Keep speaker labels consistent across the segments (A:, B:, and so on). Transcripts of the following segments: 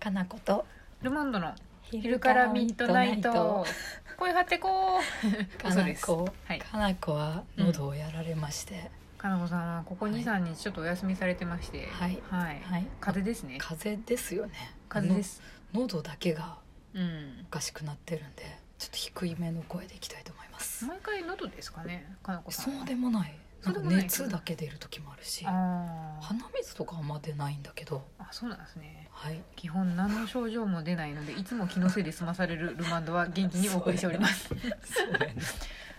A: かなこと
B: ルマンドの昼からミッドナイト声張ってこう
A: か
B: 嘘
A: な
B: です
A: こ
B: はい
A: かなこは喉をやられまして、
B: かなこさんはここ
A: はい
B: 23、日ちょっとお休みされてまして
A: はい
B: はい、
A: はい
B: 風邪ですね
A: 風邪ですよね
B: 風邪です
A: の喉だけが
B: うん
A: おかしくなってるんでちょっと低いめの声でいきたいと思います、
B: 毎回喉ですかねかなこさ
A: そ
B: んは
A: うでもないなんか
B: そうでもない
A: 熱だけ出る時もあるし
B: あー
A: 鼻水とかあんま出ないんだけど
B: あそうなんですね
A: はい
B: 基本何の症状も出ないのでいつも気のせいで済まされるルマンドは元気にお送りしております
A: そうやね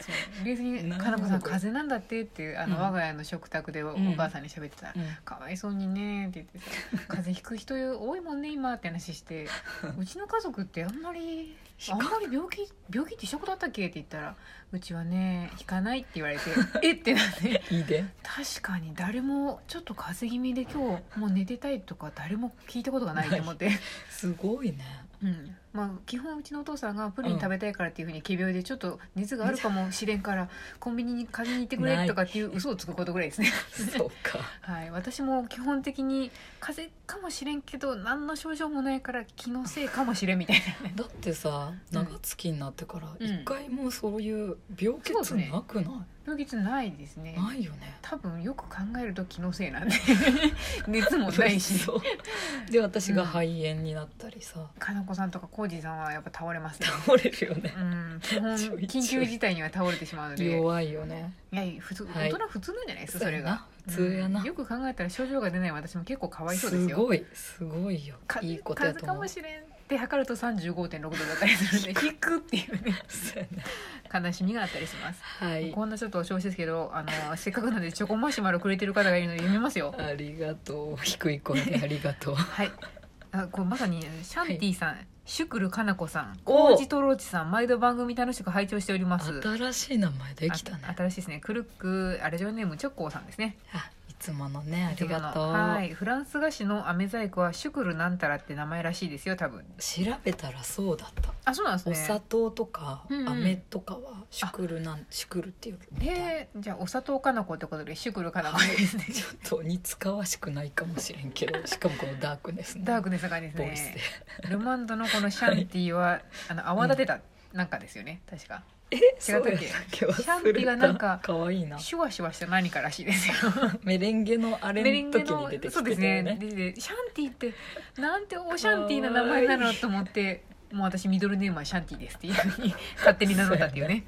B: そうベースに
A: なん
B: 「
A: だ
B: かなこさん風邪なんだって」っていうあの、
A: うん
B: 我が家の食卓でお,、
A: うん
B: ばあさんに喋ってたら
A: うん
B: かわいそうにね」って言ってさ「風邪ひく人多いもんね今」って話して「うちの家族ってあんまり
A: ひ
B: あ
A: か
B: んまり病気病気って食だったっけ?」って言ったら「うちはねひかない」って言われて 「えっ?」てなって
A: いいで
B: 確かに誰もちょっと風邪気味で今日もう寝てたいとか誰も聞いたことがないと思って、
A: すごい ね
B: うんまあ、基本うちのお父さんがプリン食べたいからっていうふうに仮病でちょっと熱があるかもしれんからコンビニに借りに行ってくれとかっていう嘘をつくことぐらいですね。
A: そうか
B: はい、私も基本的に風邪かもしれんけど何の症状もないから気のせいかもしれんみたい なね
A: だってさ
B: うん
A: 長月になってから
B: うん
A: 一回もそういう病欠
B: そうですね
A: なくない、
B: 病気ないですね
A: ないよね
B: 多分よく考えると気のせいなんで 熱もないし
A: そうで私が肺炎になったりさ、
B: かなこさんとかこうじさんはやっぱ倒れ ますね
A: 倒れるよね
B: うん基本
A: ちょいちょい
B: 緊急事態には倒れてしまうのでい
A: 弱いよね
B: やいや普通
A: は
B: 大
A: い
B: 人普通なんじゃないですか、それ
A: うや
B: が
A: な普通やな、
B: うんよく考えたら症状が出ない私も結構かわいそうです
A: す
B: よ
A: ごいすごいよ
B: 風
A: いいことや
B: 風
A: と
B: か
A: 思う
B: もしれんって測ると35.6度だったりするんで引くっていうね
A: そうやね
B: 悲しみがあったりします
A: はい
B: こんなちょっとお調子ですけど、あの、せっかくなんでチョコマシュマロくれてる方がいるので読みますよ。
A: ありがとう低い声でありがとう
B: はい。あ、こうまさにシャンティさん、シュクルカナコさん、
A: お
B: コージトローチさん、毎度番組楽しく拝聴しております。
A: 新しい名前できたね
B: あ新しいですね。クルック、あれジョネームチョッコーさんですね。
A: あいつものねありがとう、
B: はい。フランス菓子の飴細工はシュクルなんたらって名前らしいですよ、多分。
A: 調べたらそうだった
B: あ、そうなんです
A: お
B: ね。
A: 砂糖とか、
B: うんうん
A: 飴とかはシュクルなんシュクルっていうみたい
B: へえ、じゃあお砂糖かなこってことでシュクルかなこです ね。
A: ちょっと似つかわしくないかもしれんけ どしかもこのダークネスの
B: ダークネスな感じです
A: ボ
B: ね。
A: イスで、
B: ルマンドのこのシャンティは、あの泡立てたなんかですよね、確か
A: え
B: 違ったっけ
A: け忘れた
B: シャンティがなんか
A: 可愛いな
B: シュワシュワした何からしいですよ
A: メレンゲのあれ
B: メレン
A: の
B: ゲ
A: 時
B: の
A: に出てき
B: そう
A: て
B: で
A: た
B: す
A: よ
B: ね
A: ね
B: ででシャンティってなんておシャンティな名前なのと思ってもう私ミドルネームはシャンティですっていうふうに勝手に名乗ったっていうね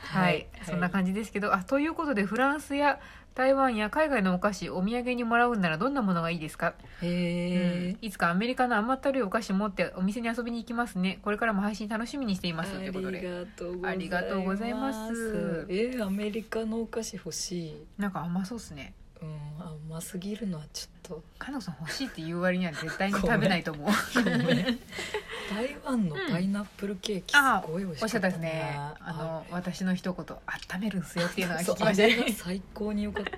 B: はい、そんな感じですけどあということでフランスや台湾や海外のお菓子お土産にもらうんならどんなものがいいですか
A: じへ
B: うんいつかアメリカの甘ったるいお菓子持ってお店に遊びに行きますねこれからも配信楽しみにしていますということ
A: あ
B: で
A: あ
B: あ
A: り
B: り
A: が
B: が
A: と
B: と
A: う
B: う
A: ご
B: ご
A: ざ
B: ざ
A: い
B: い
A: ま
B: ますす
A: えーアメリカのお菓子欲しい
B: なんか甘そうっすね
A: うん甘すぎるのはちょっと
B: かのこさん欲しいって言う割には絶対に食べないと思 う
A: ごめん台湾のパイナップルケーキす
B: あ
A: ごい美味
B: おっ
A: し
B: しゃ
A: か
B: っ
A: ったた
B: ですねあの私の一言「温めるんすよ」っていうのが
A: そ
B: 聞
A: う
B: き
A: あ
B: ました
A: れが
B: ね
A: 最高に良かった っ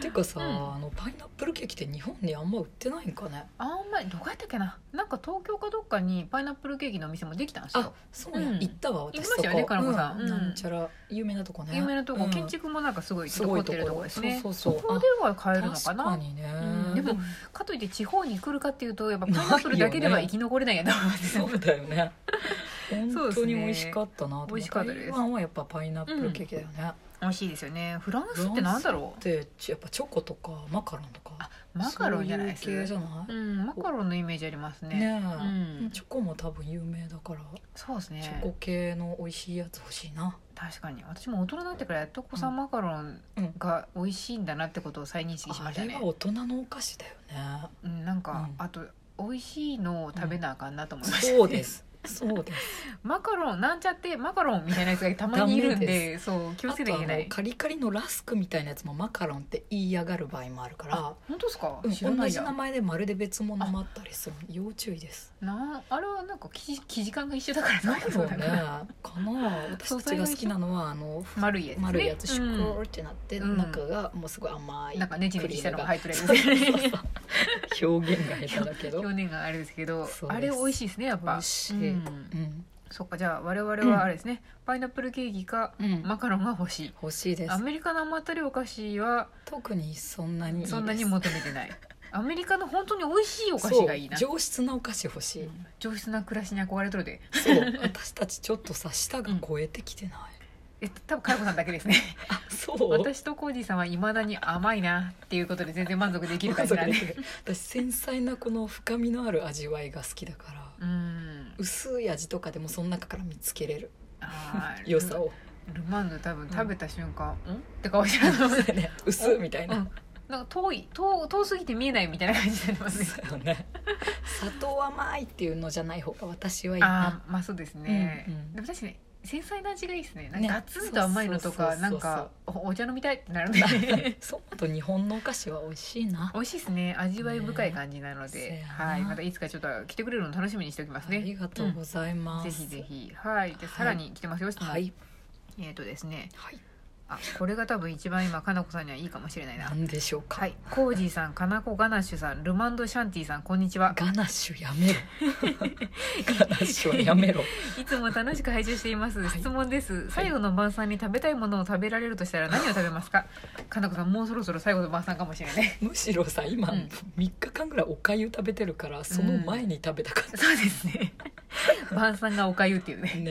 A: ていうかさ、
B: うん
A: あのパイナップルケーキって日本にあんま売ってないんかね
B: あんまりどこやったっけななんか東京かどっかにパイナップルケーキのお店もできたんです
A: あ
B: よ
A: そうや、
B: うん
A: 行ったわ私
B: 行きましたよね
A: そこ
B: かなこさん
A: う
B: うん
A: なんちゃら有名なとこね
B: 有名なとこ、
A: うん
B: 建築もなんかすごい
A: すご
B: 残
A: い
B: っ
A: と
B: て
A: こ
B: ると
A: ろ
B: こですね
A: そうそう
B: こ
A: そう
B: こでは買えるのか
A: 確か
B: な
A: にね、
B: うんでもかといって地方に来るかっていうとやっぱパイナップルだけでは生き残れないやなと思うん です よ
A: そうだよね
B: そう
A: 本
B: です
A: 当に
B: ね
A: 美味しかったなと思
B: 美味しかったで
A: 台
B: す
A: 湾はやっぱパイナップルケーキだよね、
B: 美味しいですよねフランスってなんだろう
A: でやっぱチョコとかマカロンとか
B: あマカロンじゃないです
A: そういう系じゃな
B: う
A: い、
B: んマカロンのイメージありますね
A: ねえ、
B: うん
A: チョコも多分有名だから
B: そうです
A: チ
B: ね
A: ョコ系の美味しいやつ欲しいな
B: 確かに私も大人になってからやっと国産マカロン
A: うん
B: が美味しいんだなってことを再認識し
A: あ
B: ました
A: れ
B: ね
A: は、大人のお菓子だよ ね
B: うん、なんか、
A: うん
B: あと美味しいのを食べなあかんなと思いました、
A: そうですそうです
B: マカロンなんちゃってマカロンみたいなやつがたまにいるん
A: ダメ
B: でそう気をつけていけな
A: あとあ
B: い
A: のカリカリのラスクみたいなやつもマカロンって言いやがる場合もあるから、
B: 本当ですか、
A: うん
B: 知らな
A: 同
B: い
A: じ
B: や
A: 名
B: な
A: 前でまるで別物もあったりする要注意です
B: んあれはなんか生地生地感が一緒だから
A: なんだろうね
B: か
A: かな私たちが好きなのはあの
B: 丸いやつ、ね、
A: 丸いやつシ
B: う
A: ュ
B: ん
A: クルってなって、
B: うん
A: 中がもうすごい甘い
B: なんかねちねちしたのが入ってるやつ
A: クリームが表現が下手だけど美
B: 表面があれですけど
A: そうです
B: あれ美味しいですねやっぱ
A: 味し
B: う
A: い、うんん
B: そっかじゃあ我々はあれですね、パイナップルケーキか
A: うん
B: マカロンが欲しい
A: 欲しいで
B: ア
A: す
B: メリカの甘ったるいお菓子は
A: 特にそんなにいいです
B: そんなに求めてないアメリカの本当に美味しいお菓
A: そ
B: 子
A: う
B: がいい な
A: 上質なお菓子欲しい、
B: うん上質な暮らしに憧れとるで
A: そう私たちちょっとさ舌が超えてきてない、
B: え多分佳代子さんだ けですね
A: あそう
B: 私とコージーさんはいまだに甘いなっていうことで全然満足できる感じなんで
A: 満足できる私繊細なこの深みのある味わいが好きだから、
B: うん
A: 薄い味とかでもその中から見つけれる
B: あー
A: 良さを
B: ルマンド多分
A: ん
B: 食べた瞬間、うん、って顔してると思う
A: ね 薄いみたいな、
B: うんなんか遠い遠遠すぎて見えないみたいな感じになりますね
A: そうよね砂糖甘いっていうのじゃない方が私はいいな
B: ああまあそうですね、
A: うんうん
B: でも確かに繊細な味がいいですねなん
A: ね
B: かガツンと甘いのと
A: そ
B: か、
A: うそう
B: な
A: そ
B: ん
A: うそう
B: かおお茶飲みたいってなる んで
A: そうあと日本のお菓子は美味しいな
B: 美味しいですね味わい深い感じなので、
A: ね
B: はい、
A: せやな
B: またいつかちょっと来てくれるの楽しみにしておきます
A: あ
B: ね
A: りがとうござい
B: うん
A: ます、
B: ぜひぜひはい
A: は
B: で
A: い
B: さらに来てますよ質問、
A: はい
B: えっ、とですね
A: はい
B: あこれが多分一番今かなこさんにはいいかもしれないな
A: 何でしょうか、
B: はい、コージーさん、かなこガナッシュさん、ルマンドシャンティさん、こんにちは。
A: ガナッシュやめ ろガナッシュはやめろ
B: いつも楽しく拝聴しています。
A: い
B: 質問です。最後の晩餐に食べたいものを食べられるとしたら何を食べますかかなこさん、もうそろそろ最後の晩餐かもし れない。
A: むしろさ今、
B: う
A: 三
B: ん
A: 3日間ぐらいおかゆ食べてるからその前に食べたかった、
B: そうですね。晩餐がおかゆっていうね。
A: ね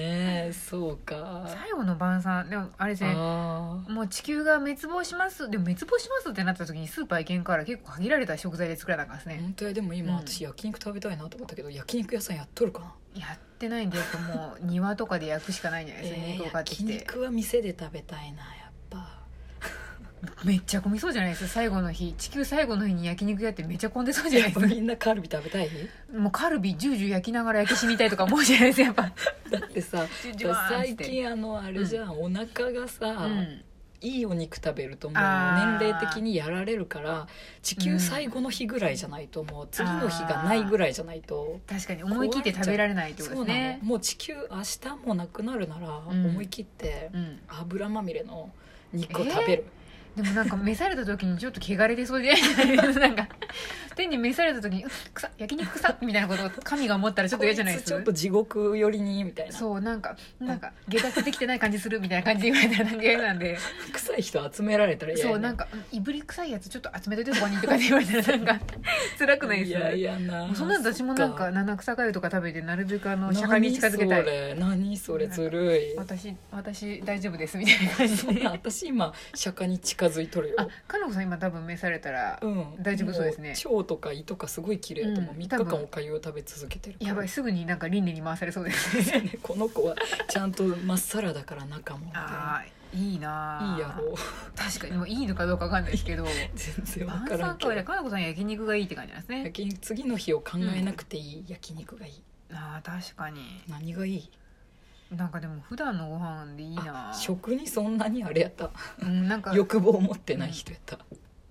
A: えそうか
B: 最後の晩餐、でもあれですね。
A: あ
B: もう地球が滅亡しますでも滅亡しますってなった時にスーパー行けんから結構限られた食材で作らなあかんです
A: ー
B: ね、
A: 本当やでも今
B: うん
A: 私焼肉食べたいなと思ったけど、焼肉屋さんやっとるかな
B: やってないんでやっぱもう庭とかで焼くしかないんじゃないですか、
A: え
B: 肉を
A: ー
B: 買って
A: 焼
B: きて
A: 肉は店で食べたいなやっぱ
B: めっちゃ混みそうじゃないですか最後の日地球最後の日に焼肉やってめっちゃ混んでそうじゃな
A: や
B: い
A: っ
B: で
A: ぱ
B: す
A: みんなカルビ食べたい
B: かもうカルビジュージュ焼きながら焼き死にたいとか思うじゃないですかやっ ぱ
A: だってさ
B: ジュージュワーンっつ
A: 最
B: って
A: 近あのあれじゃん、お腹がさ、
B: うん
A: いいお肉食べるともう
B: あー
A: 年齢的にやられるから地球最後の日ぐらいじゃないともう次の日がないぐらいじゃないと
B: 確かに思い切って食べられないってこ
A: そ
B: と
A: う
B: です
A: なの
B: ね
A: もう地球明日もなくなるなら
B: うん
A: 思い切って
B: うん、
A: 油まみれの肉を食べる、
B: でもなんか召された時にちょっと汚れてそうじゃないですかなんか手に召された時に「うっ臭っ焼肉臭っ」みたいなことを神が思ったらちょっと嫌じゃないで
A: こいつ
B: す
A: ちょ
B: か
A: っと地獄寄りにみたいな
B: そうなんかなんか下脱できてない感じするみたいな感じで言われたらなんか嫌なんで
A: 臭い人集められたら嫌や
B: そうなんか「いぶり臭いやつちょっと集めといてここに」とかって言われたら なんか辛くないです
A: いやいやな
B: そんなの私もなん
A: そっ
B: か七草粥とか食べてなるべくあの社会に近づけたい
A: 何それ何それずるい
B: 私私大丈夫ですみたいな感 じ
A: そん
B: で
A: な私今釈迦に近づいとるよ
B: あかのこさん今多分召されたら、
A: うん、
B: 大丈夫そうですね
A: も腸とか胃とかすごい綺麗やと思う、
B: う
A: 3
B: ん
A: 日
B: 多
A: 間
B: 分
A: おかゆを食べ続けてるから
B: やばいすぐになんか輪廻に回されそうですね
A: この子はちゃんとまっさらだから中もみたいな
B: あーいいなあ
A: いいやろう
B: 確かにもういいのかどうかわかんないですけど
A: 全然 わ
B: 晩
A: からん
B: 餐
A: け
B: か
A: ど
B: はかのこさん焼肉がいいって感じなんですね
A: 焼き次の日を考えなくていい焼肉がいい、
B: あー確かに
A: 何がいい
B: なんかでも普段のご飯でいいな
A: あ
B: あ
A: 食にそんなにあれやった
B: うん、なんか
A: 欲望を持ってない人やった、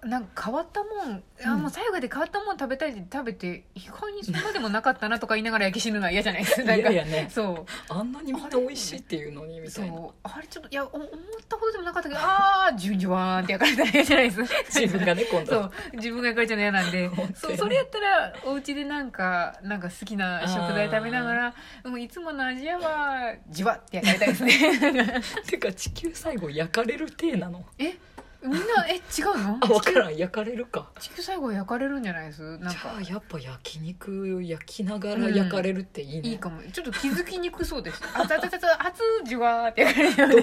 B: なんか変わったもん、
A: う
B: あ
A: ん
B: もう最後で変わったもん食べたいって食べて意外にそんなでもなかったなとか言いながら焼き死ぬのは嫌じゃないです かなん
A: 嫌
B: か
A: やね
B: そ
A: あんなにみんな美味しいっていうのに
B: う
A: み
B: そ
A: たいな
B: うあれちょっといやお思ったほどでもなかったけどああ順序はーんって焼かれたら嫌じゃないですか
A: 自分がね今
B: そ
A: 度
B: う自分が焼かれちゃうの 嫌なんで
A: 本当やね
B: そうそれやったらお家でなんかなんか好きな食材食べながらもういつもの味やはじわって焼かれたいですね
A: てか地球最後焼かれる体なの
B: え みんなえ違うの
A: あ分からん焼かれるか
B: 地球最後焼かれるんじゃないですなん
A: じゃ
B: か
A: あやっぱ焼肉焼きながら焼かれるっていいね、
B: いいかもちょっと気づきにくそうですあたたたた熱じわーってや る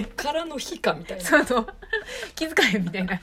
A: どっからの火かみたいな
B: そうそう気づかへんみたいな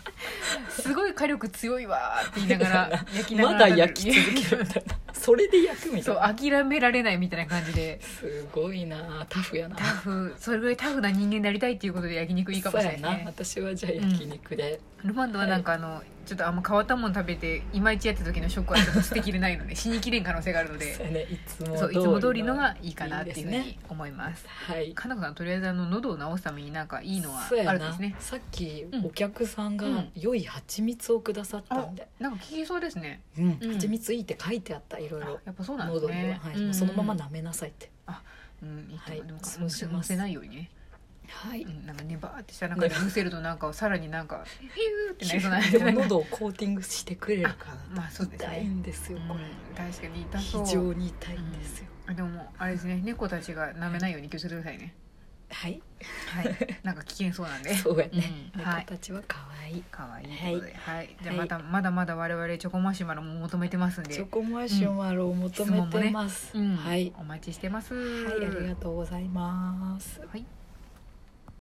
B: すごい火力強いわーって言いながら焼きなが
A: ま
B: ら
A: だ焼き続けるみたいなそれで焼くみた
B: そ
A: いうな
B: 諦められないみたいな感じです
A: ごいなタフやな
B: タフそれぐらいタフな人間になりたいっていうことで焼肉いいかもしれない
A: そうや
B: ね
A: 私はじゃあ焼肉で、
B: ルマンドはなんかあの、ちょっとあんま変わったもん食べていまいちやった時のショックはちょっと捨てきれないので死にきれん可能性があるの
A: そう
B: で
A: やねいつも
B: そういつも通りのがいいかなっていうふう
A: いいです
B: に思います
A: はい
B: かなこさんとりあえずあの喉を治すためになんかいいのは
A: そうやな
B: あるんですね
A: さっき
B: うん
A: お客さんが
B: うん
A: 良い蜂蜜をくださった
B: あ
A: んで、
B: なんか聞きそうですね
A: うん
B: うん
A: 蜂蜜いいって書いてあったいろい
B: あ
A: ろ
B: やっぱそうなんです
A: 喉には、
B: ね
A: はい
B: うんうん
A: そのまま舐めなさいって
B: うんいいと思
A: は
B: う
A: い
B: でも
A: そうします
B: むせないようにね
A: はい
B: うんなんかねばーってした中でむせるとなんかさらになんかヒューってなりそうなん
A: で
B: で
A: も喉をコーティングしてくれるから
B: あ まあそうですね
A: 痛いんですよこれ、
B: うん確かに痛
A: 非
B: そう
A: 常に痛いんですよ、
B: でももうあれですね猫たちが舐めないように気をつけてくださいね
A: はい
B: はい、なんか危険そうなんで。
A: そうやね、
B: うん
A: 猫
B: はい
A: たちは可愛い
B: 可愛いということで、はい、じゃあまた、まだまだ我々チョコマシュマロも求めてますん
A: チョ
B: で。
A: コマシュマロを求めてます、
B: うん、
A: はい、
B: お待ちしてます。
A: はい、ありがとうございます
B: はい。